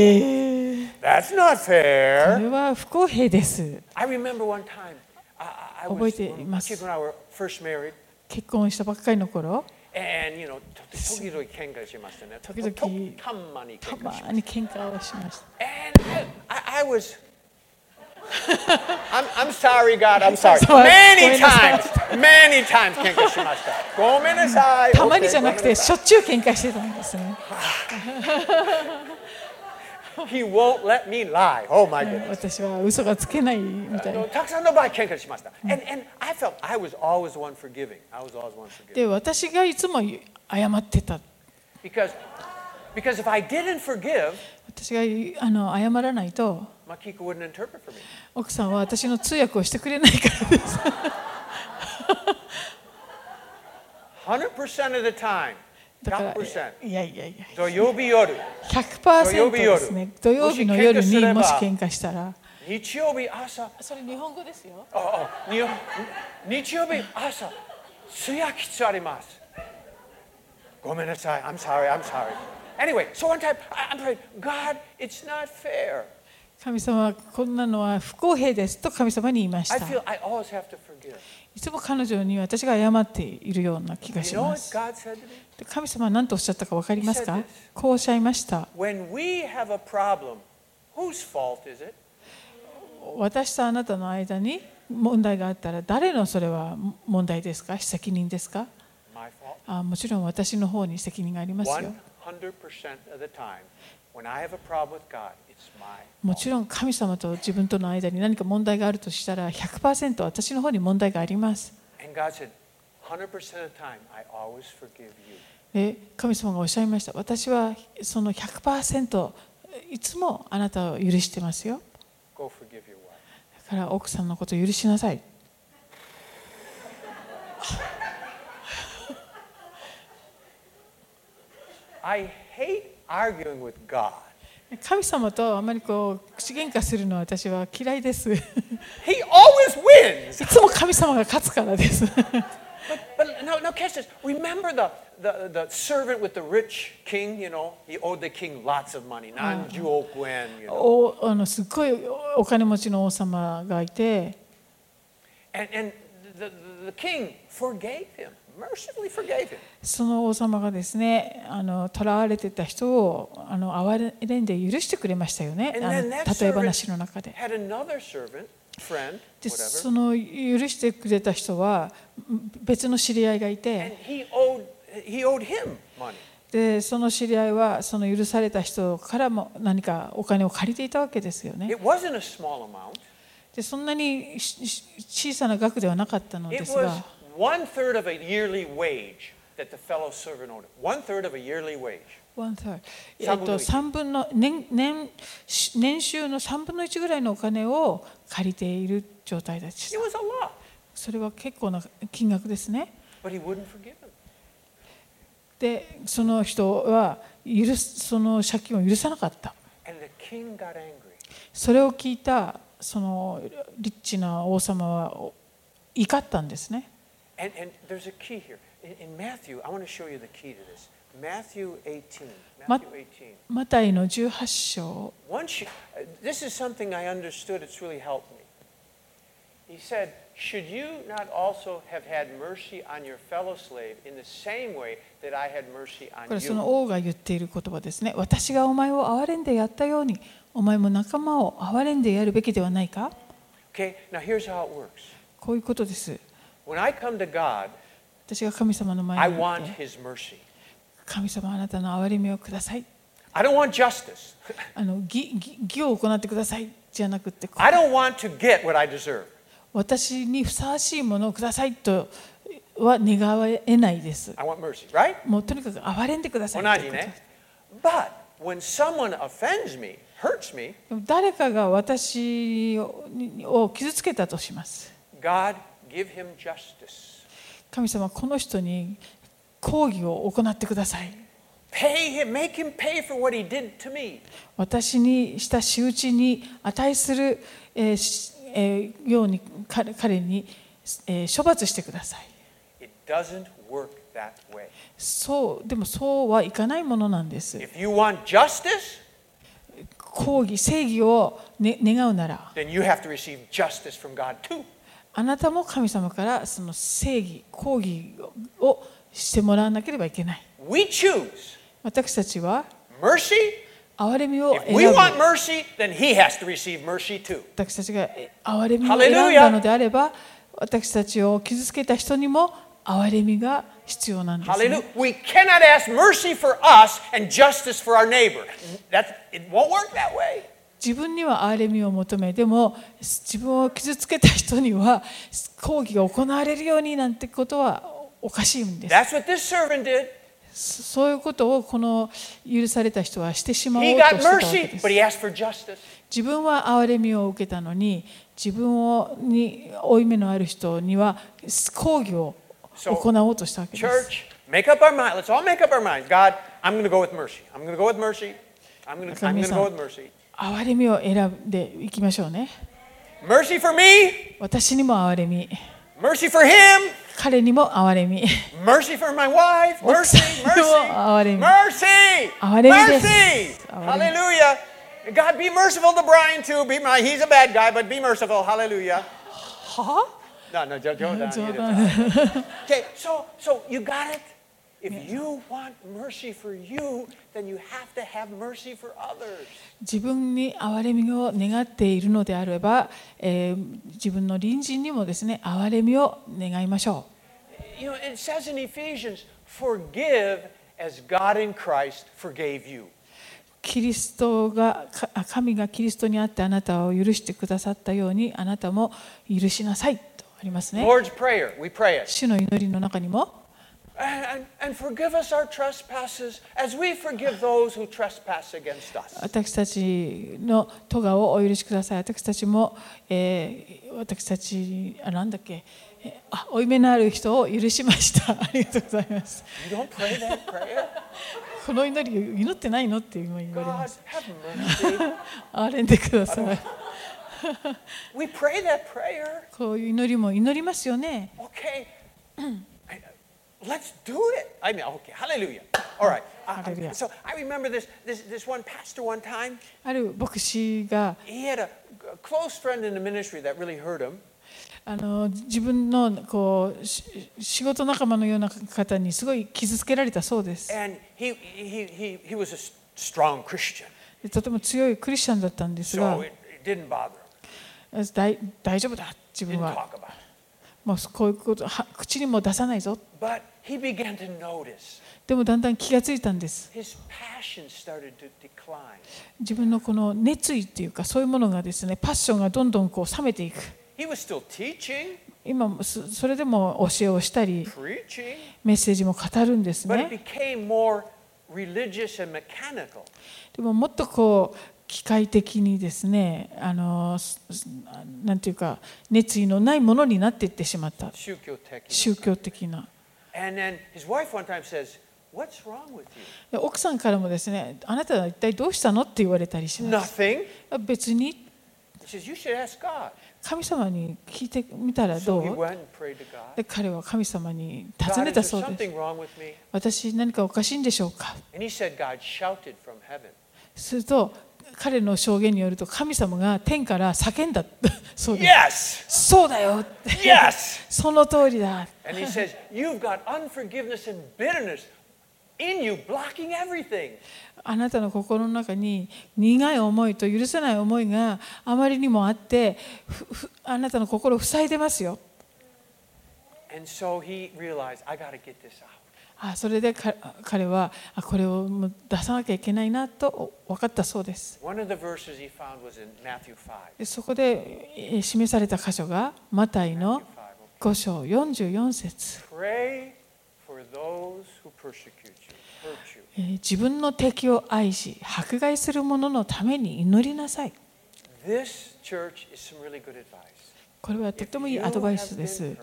not
こ
fair.
れは不公平です
I remember one time I, I- I was
覚えています。
Chico and I were first married.
結婚したばっかりの頃
And you know, to- to- 時々喧嘩しましたね。
時々。
と-たまに喧嘩しました。
たまに喧嘩をしました
And I, I, I was. I'm, I'm sorry, God. I'm sorry.
sorry.
Many
ごめんなさい。
times, <laughs> many times, 喧嘩しました。ごめんなさい。
たまにじゃなくて
Okay,
しょっちゅう喧嘩してたんですね
ごめんなさい He won't let me lie. Oh my goodness.
私は嘘がつけないみたいな
たくさんの場合喧嘩しました。And and I felt I was always the one forgiving. I was always the one forgiving.
で私がいつも謝ってた
Because because if I didn't forgive,
私があの謝らないと
Makiko wouldn't interpret for me.
奥さんは私の通訳をしてくれないからです
<laughs> 100% of the time.
だから
100%.
いやいやいや
土曜日夜。
100%ですね
土
土曜
曜
日
日夜
の夜にも
も
し
し
喧嘩したら
日曜日朝。
それ日本語ですよ
ああに日曜日朝、素焼きつあります。ごめんなさい、I'm sorry, I'm sorry. Anyway, so one time, I- I'm praying, God, it's not fair.
神様はこんなのは不公平ですと神様に言いまし
I
た
feel I always have to forgive.
いつも彼女に私が謝っているような気が
You
し
know
ま
what
す
God said to me?
で神様は何とおっしゃったか分かります
He said
か
this.
こうおっしゃいました
When we have a problem, whose fault is it?
私とあなたの間に問題があったら誰のそれは問題ですか責任ですか
My fault.
あもちろん私の方に責任がありますよ。
100% of the time, when I have a problem with God, it's my
も
fault.
ちろん神様と自分との間に何か問題があるとしたら100%私の方に問題があります。
And God said, 100% of the time, I always forgive you.
で神様がおっしゃいました私はその100%いつもあなたを許してますよ。
Go forgive your wife.
だから奥さんのこと許しなさい。
I hate arguing with God.
神様とあまりこう口喧嘩するのは私は嫌いです。 <laughs> い
He always wins.
つも神様が勝つからです。
But now, now catch this. Remember the, the, the servant with the rich king, you know? He owed the king lots of money. Nanju oku en, you know.
おあのすっごいおお金持ちの王様がいて
And, and the, the, the king forgave him, mercifully forgave him.
その王様がですねあの囚われてた人をあの憐れんで許してくれましたよね
And
あ
then
の
that
例え話の
servant
中で。
had another servant, friend,
で
whatever.
その許してくれた人は別の知り合いがい
And
て
he owed, he owed him money.
でその知り合いはその許された人からも何かお金を借りていたわけですよね
It wasn't a small amount.
でそんなにしし小さな額ではなかったので
It
す
was
が
one third of a yearly wage that the fellow servant owed him. One third of a yearly wage.
One third え
三
っ
分の
と
一
三分の年年年収の3分の1ぐらいのお金を借りている状態だし
It was a lot,
それは結構な金額ですね
but he wouldn't forgive him.
でその人は許すその借金を許さなかった
And the king got angry.
それを聞いたそのリッチな王様はお怒ったんですね
And, and there's a key here. In, in Matthew, I want to show you the key to this. Matthew 18.
Ma-
Matthew 18.
マタイの18章
Once you, uh, this is something I understood, it's really helped me. He said, Should you not also have had mercy on your fellow slave in the same way that I had mercy
こ
on
れそ
you?
の王が言っている言葉ですね私がお前を憐れんでやったようにお前も仲間を憐れんでやるべきではないか
Okay, now here's how it works.
こういうことです
When I come to God,
私が神様の
I
前に行っ
want
て
His mercy.
神様あなたの憐れみをください
I don't want justice. <laughs>
あの義義義を行ってくださいじゃなくて
I don't want to get what I deserve.
私にふさわしいものをくださいとは願わえないです
I want mercy, right?
もうとにかく憐れんでくださいということ
Onajine. But when someone offends me, hurts me,
でも誰かが私をにを傷つけたとします
God give him justice.
神様この人に抗議を行ってください
Pay him, make him pay for what he did to me.
私にした仕打ちに値する、えーしえーように彼彼に、えー処罰してください
It doesn't work that way.
そうでもそうはいかないものなんです
If you want justice,
抗議正義を、ね、願うなら
then you have to receive justice from God too.
あなたも神様からその正義抗議をしてもらわなければいけない
We choose
私たちは
mercy.
憐れみを
If
選
we
ぶ
want mercy, then he has to receive mercy too.
私たちがえ憐れみを選んだのであれば私たちを傷つけた人にも憐れみが必要なんです、
Hallelujah.
ね、
We cannot ask mercy for us and justice for our neighbor. That's, it won't work that way.
自分には憐れみを求めでも自分を傷つけた人には抗議が行われるようになんてことはおかしいんです
That's what this servant did.
そそういうことをこの許された人はしてしまおう
He
と
got
してたわけ
mercy,
です
but he asked for justice.
自分は憐れみを受けたのに自分をに負い目のある人には抗議を行おうとしたわけです。
Church, make up our mind. Let's all make up our minds. God, I'm going to go with mercy. I'm going to go with mercy. I'm going to, I'm going to go with mercy.
憐れみを選んでいきましょうね。
Mercy for me,
私にも憐れみ、
mercy for him,
彼にも憐れみ、
<laughs> mercy for my wife, mercy, mercy,
奥さんにも憐れみ。
mercy,
憐れみです。
mercy.
憐れみ。
Hallelujah. God, be merciful to Brian too. Be my, he's a bad guy, but be merciful. Hallelujah.
<laughs> は
No, no, jo- jo- no,
あ
you
冗
didn't.
談
Okay, so so you got it. If you want mercy for you, then you have to have mercy for others.
自分に憐れみを願っているのであれば、えー自分の隣人にもですね憐れみを願いましょう。
You know, it says in Ephesians, forgive as God in Christ forgave you.
キリストがか神がキリストにあってあなたを許してくださったようにあなたも許しなさいとありますね。
Lord's Prayer, we pray it.
主の祈りの中にも
And, and, and forgive us our trespasses as we forgive those who trespass against us.
私たちの咎をお許しください。私たちも、えー私たちあなんだっけえあ負い目のある人を許しました。 <laughs> ありがとうございます。
You don't pray that prayer?
この祈り祈ってないのって今言われま
God,
す。
have mercy.
憐れんでください。
We pray that prayer.
こういう祈りも祈りますよね。
Okay. <clears throat> I- let's do it. I mean, okay, hallelujah. All right. Uh,
Hallelujah.
So I remember this, this, this one pastor one time.
ある牧師が
He had a, a close friend in the ministry that really hurt him.
あの自分のこうし仕事仲間のような方にすごい傷つけられたそうです。
And he, he, he, he was a s- strong Christian.
でとても強いクリスチャンだったんですが
So、it, it didn't bother him.
大大丈夫だ、自分
Didn't
は。
talk about it.
もうこういうことは口にも出さないぞ。
But he began to notice
でもだんだん気がついたんです。
his passion started to decline.
自分のこの熱意っていうか、そういうものがですね、パッションがどんどんこう冷めていく。
He was still teaching,
今もそそれでも教えをしたり、
preaching,
メッセージも語るんです
but it
ね。
became more religious and mechanical.
でももっとこう機械的にですね、あのすすなんていうか熱意のないものになっていってしまった。
宗教的な。
宗教的な。
And then his wife one time says, What's wrong with you?
で奥さんからもですね、あなたは一体どうしたのって言われたりします。
Nothing.
別に
He says, You should ask God.
神様に聞いてみたら
So
ど
he
う
went and prayed to God.
で彼は神様に
God,
尋
is
ね
there
たそうです。
something wrong with me?
私何かおかしいんでしょうか
And he said, God shouted from heaven.
すると彼の証言によると神様が天から叫んだ <laughs> そうで
Yes!
す。そうだよって
Yes!
<laughs> その通りだ
And he says, You've got unforgiveness and bitterness in you, blocking everything.
あなたの心の中に苦い思いと許せない思いがあまりにもあってふふあなたの心を塞いでますよ
And so he realized, I got to get this out.
あそれでか彼はあこれをもう出さなきゃいけないなと分かったそうです
One of the verses he found was in Matthew 5.
でそこでえー示された箇所がマタイ
Matthew
の
5.
5章44節
Pray for those who persecute you, hurt you.
えー自分の敵を愛し迫害する者のために祈りなさい
This church is some really good advice.
これはと
If
てもい
you
いア
have
ドバイスで
been
す
hurt,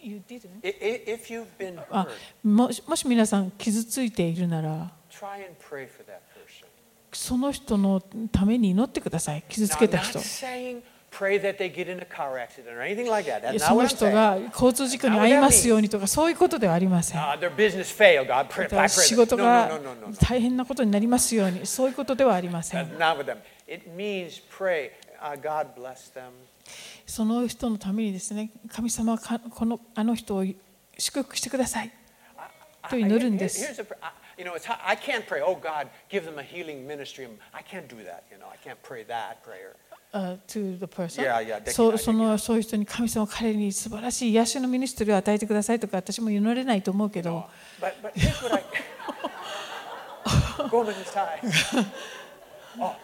You didn't.
i- i- if you've been
あ
hurt,
もしもし皆さん傷ついているなら
try and pray for that person.
その人のために祈ってください傷
Now,
つ
I'm
けた
not
人
saying pray that they get in a car accident or anything like that.
い
That's
や
not
その
what I'm
人
saying.
が交通事故に遭いますようにとかそういうことではありません
Uh, their business failed. God, pray, I pray.
また
that-
仕
No,
事
no, no,
が
no, no, no.
大変なことになりますようにそういうことではありません
That's not with them. It means pray. Uh, God bless them.
その人のためにですね神様はかこのあの人を祝福してください
I-
と祈るん
here-
で
here-
す
here's a pr- I- you know, it's, how- I can't pray. Oh God, give them a healing ministry. I can't do that. You know, I can't pray that prayer.
あ to the person
Yeah, yeah, できない
そう
でき
そ
ない
のそういう人に神様彼に素晴らしい癒しのミニストリーを与えてくださいとか私も祈れないと思うけど、
But but here's what I <laughs> go to the side. Oh,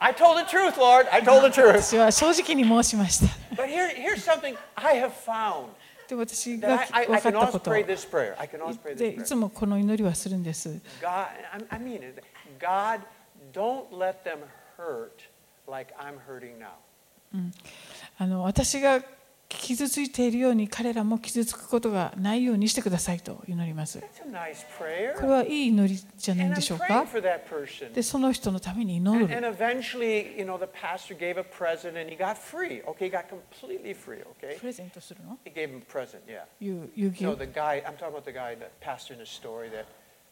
I told the truth, Lord. I told the truth.
私は正直に申しました
But here here's something I have found
で私が
that I, I, I
分か
can
った
always
こと
pray this prayer. I can always pray
でい
this
つ
prayer.
もこの祈りはするんです
God, I, I mean it. God, don't let them hurt like I'm hurting now.
あの私が傷ついているように彼らも傷つくことがないようにしてくださいと祈ります
That's a nice
これ
prayer.
はいい祈りじゃない
And
ん
I'm
でしょう
praying
か
for that person.
でその人のために
And,
祈
and
る
eventually, you know, the pastor gave a present and he got free. Okay, he got completely free. Okay,
プレゼントするの
he gave him a present. Yeah.
You, you give.
No, the guy. I'm talking about the guy, the pastor in the story that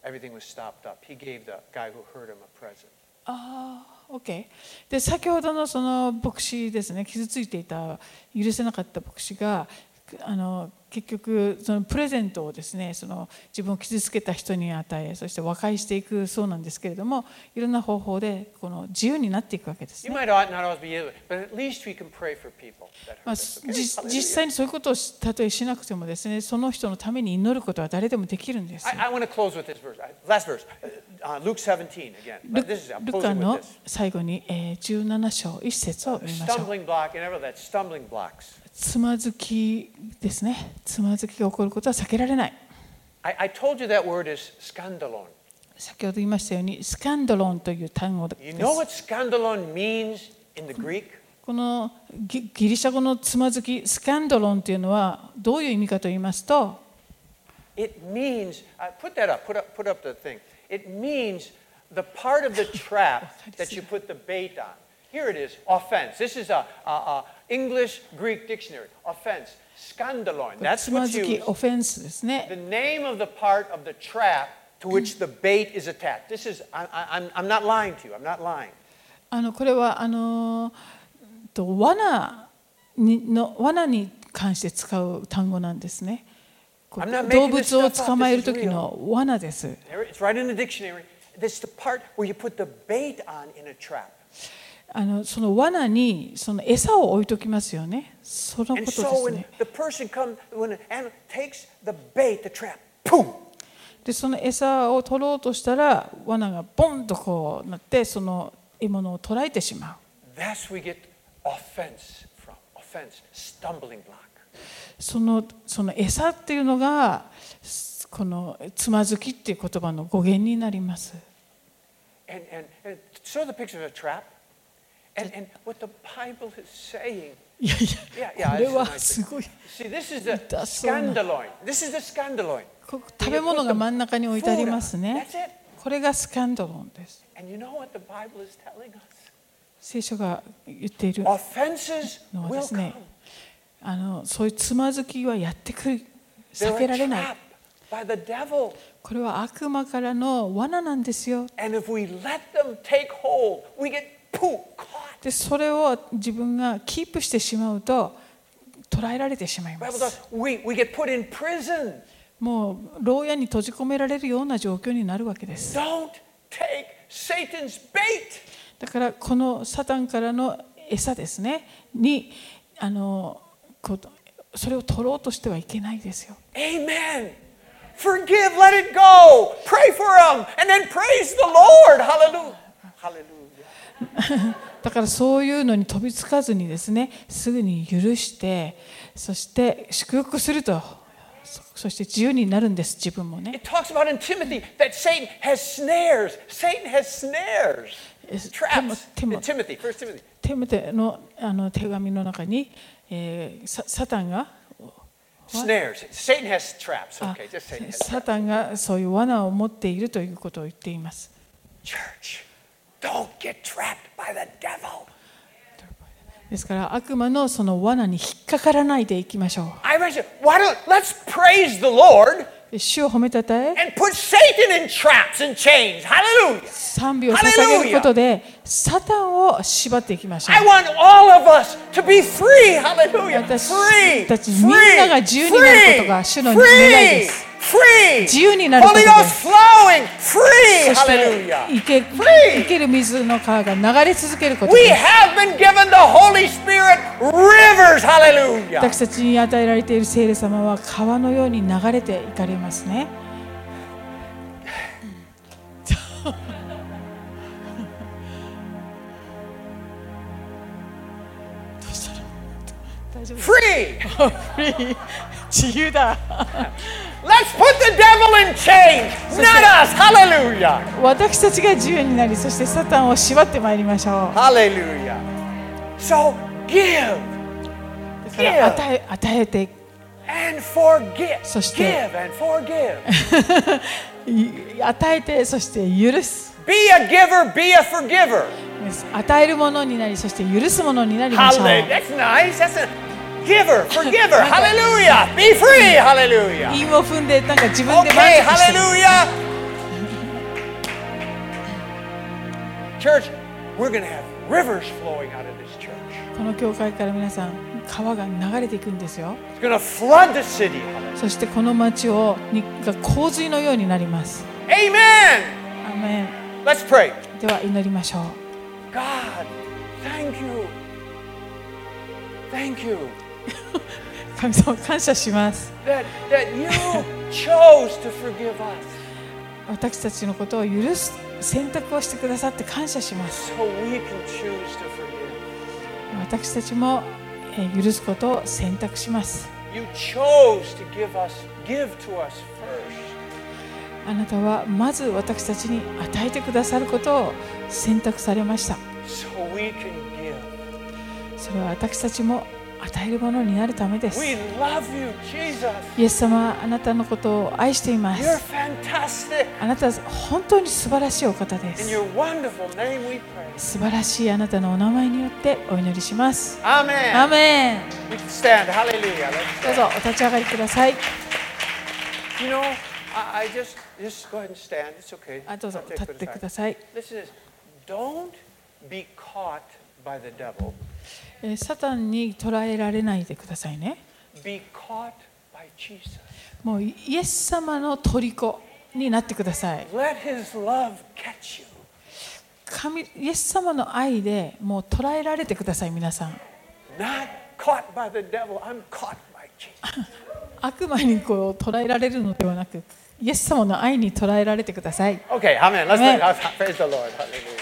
everything was stopped up. He gave the guy who hurt him a present.
ああ、OK。で、先ほどのその牧師ですね、傷ついていた、許せなかった牧師が、あの結局、そのプレゼントをですねその自分を傷つけた人に与え、そして和解していくそうなんですけれども、いろんな方法でこの自由になっていくわけです
You
ね。
might ought not always be able, but at least we can pray for people that
まあ、
hurt us.
じ
Okay?
実
Hallelujah.
際にそういうことをしたとえしなくてもですねその人のために祈ることは誰でもできるんです。
I, I want to close with this verse. I- Last verse, uh, Luke 17 again.
ル
But this is I'm
ルカ
closing
の
with this.
最後に、えー17章1節を見
The
ましょう。
stumbling block and everything that stumbling blocks.
つまずきですね。つまずきが起こることは避けられない。
I, I told you that word is scandalon.
先ほど言いましたように、スキャンドロンという単語で
You
す。
know what scandalon means in the Greek?
このギギリシャ語のつまずき、スキャンドロンというのはどういう意味かと言いますと、
It means, uh, put that up, put up, put up the thing. It means the part of the trap that you put the bait on. Here it is, offense. This is a, a, a English Greek dictionary. Offense, Scandalon.
つ
That's
ま
what's
ずき
used.
オフェンスです
The
ね
name of the part of the trap to which the bait is attached. This is, I, I, I'm, I'm not lying to you, I'm not lying.
あのこれはあのーと罠にの罠に関して使う単語なんですねこ
I'm not
う
making
動物を
this stuff up.
捕まえる時の罠です
There- It's right in the dictionary. This is the part where you put the bait on in a trap.
あのその罠にその餌を置いときますよねそのこ
And
と
so
です
when
ね
the person comes, when an animal takes the bait, the trap, boom,
でその餌を取ろうとしたら罠がボンとこうなってその獲物を捉えてしまう
that's where we get offense from. Offense, stumbling block.
そのその餌っていうのがすこのつまずきっていう言葉の語源になります
And, and, and show the picture of a trap. And, and what the Bible is saying.
いやい
Yeah,
や
yeah, it's
これ
a
は
nice
す
picture.
ごい
See, this is the
痛そうな。
scandaloin. This is the scandaloin.
こ食べ物が真ん中に置いてありますね
That's it.
これがスキャンドロンです
And you know what the Bible is telling us?
聖書が言っている
Offenses
のはで
will
す
come.
ねあのそういうつまずきはやってくる
They're
避けら
a
れない
trap by the devil.
これは悪魔からの罠なんですよ
And if we let them take hold, we get poo caught.
でそれを自分がキープしてしまうと捉えられてしまい
The
ま
Bible
す
says we, we get put in prison.
もう牢屋に閉じ込められるような状況になるわけです
Don't take Satan's bait.
だからこのサタンからの餌ですねにあのこうそれを取ろうとしてはいけないですよ
Amen. Forgive, let it go. Pray for them, and then praise the Lord. Hallelujah. Hallelujah.
だからそういうのに飛びつかずにですねすぐに許してそして祝福するとそそして自由になるんです自分もね
It talks about in Timothy that Satan has snares. Satan has snares.
It's
Traps.
Timo- Timo-
In Timothy, First Timothy.
テムテのあの手紙の中に、えーササタンが
Snares. Satan has traps.
あ
Okay, just say it.
サタンがそういう罠を持っているということを言っています。
Church, don't get trapped by the devil.
ですから悪魔のその罠に引っかからないでいきましょ
I mentioned, why don't let's praise the Lord
う。主を褒めたたえ、
and put Satan in traps and chains. Hallelujah.
賛美を捧げることで、サタンを縛っていきましょ
I
う。
want all of us to be free. Hallelujah.
私
Free.
たち
free,
みんなが自由になることが
free,
主の
free,
願いです。
free.
自由になることです。
Holy Ghost flowing. Free.
そして生
Hallelujah.
け
Free.
生ける水の川が流れ続けることで
We
す
have been given the Holy Spirit rivers. Hallelujah.
私たちに与えられている聖霊様は川のように流れていかれますね。どうしたの大丈夫
Free.
フリー自由だ
Let's put the devil in chains, not us. Hallelujah.
私たちが自由になりそしてサタンを縛ってまいりましょ
Hallelujah. So give
うだ
give
から与え与えて
and forgive.
そして-
Give and forgive.
い与えてそして許す
Be a giver, be a forgiver.
です与えるものになりそして許すものになりましょう
Hallelujah. That's nice. That's a giver, forgiver. hallelujah. Be free. Hallelujah.
韻を踏んでなんか自分で満
Okay.
足してる
Hallelujah. Church, we're going to have rivers flowing out of this church.
この教会から皆さん川が流れていくんですよ
It's going to flood the city.
そしてこの町をにが洪水のようになります
Amen.
アーメン
Let's pray.
では祈りましょう
God, thank you. Thank you
神様感謝します
that, that you chose to forgive us
私たちのことを許す選択をしてくださって感謝します
so we can choose to forgive.
私たちもえー許すことを選択します
You chose to give us, give to us first.
あなたはまず私たちに与えてくださることを選択されました
So we can give.
それは私たちも与えるものになるためです
We love you, Jesus.
イエス様はあなたのことを愛していま
You're
す
fantastic.
あなたは本当に素晴らしいお方で
In
す
your wonderful name we pray.
素晴らしいあなたのお名前によってお祈りします
Amen.
アーメン
We can stand. Hallelujah. Let's
どう
stand.
ぞお立ち上がりください
You know, I, I just just go ahead and stand. It's okay.
あどうぞ
I'll
立
take
ってく
criticism.
ださい
Listen to this. Don't be caught by the devil.
えーサタンに捕らえられないでくださいね
Be caught by Jesus.
もうイエス様の虜になってください
Let his love catch you.
神イエス様の愛でもう捉えられてください皆さん
Not caught by the devil. I'm caught by Jesus.
悪魔にこう捉えられるのではなくイエス様の愛に捉えられてください
Okay, amen. Let's
Amen.
let- praise the Lord. Hallelujah.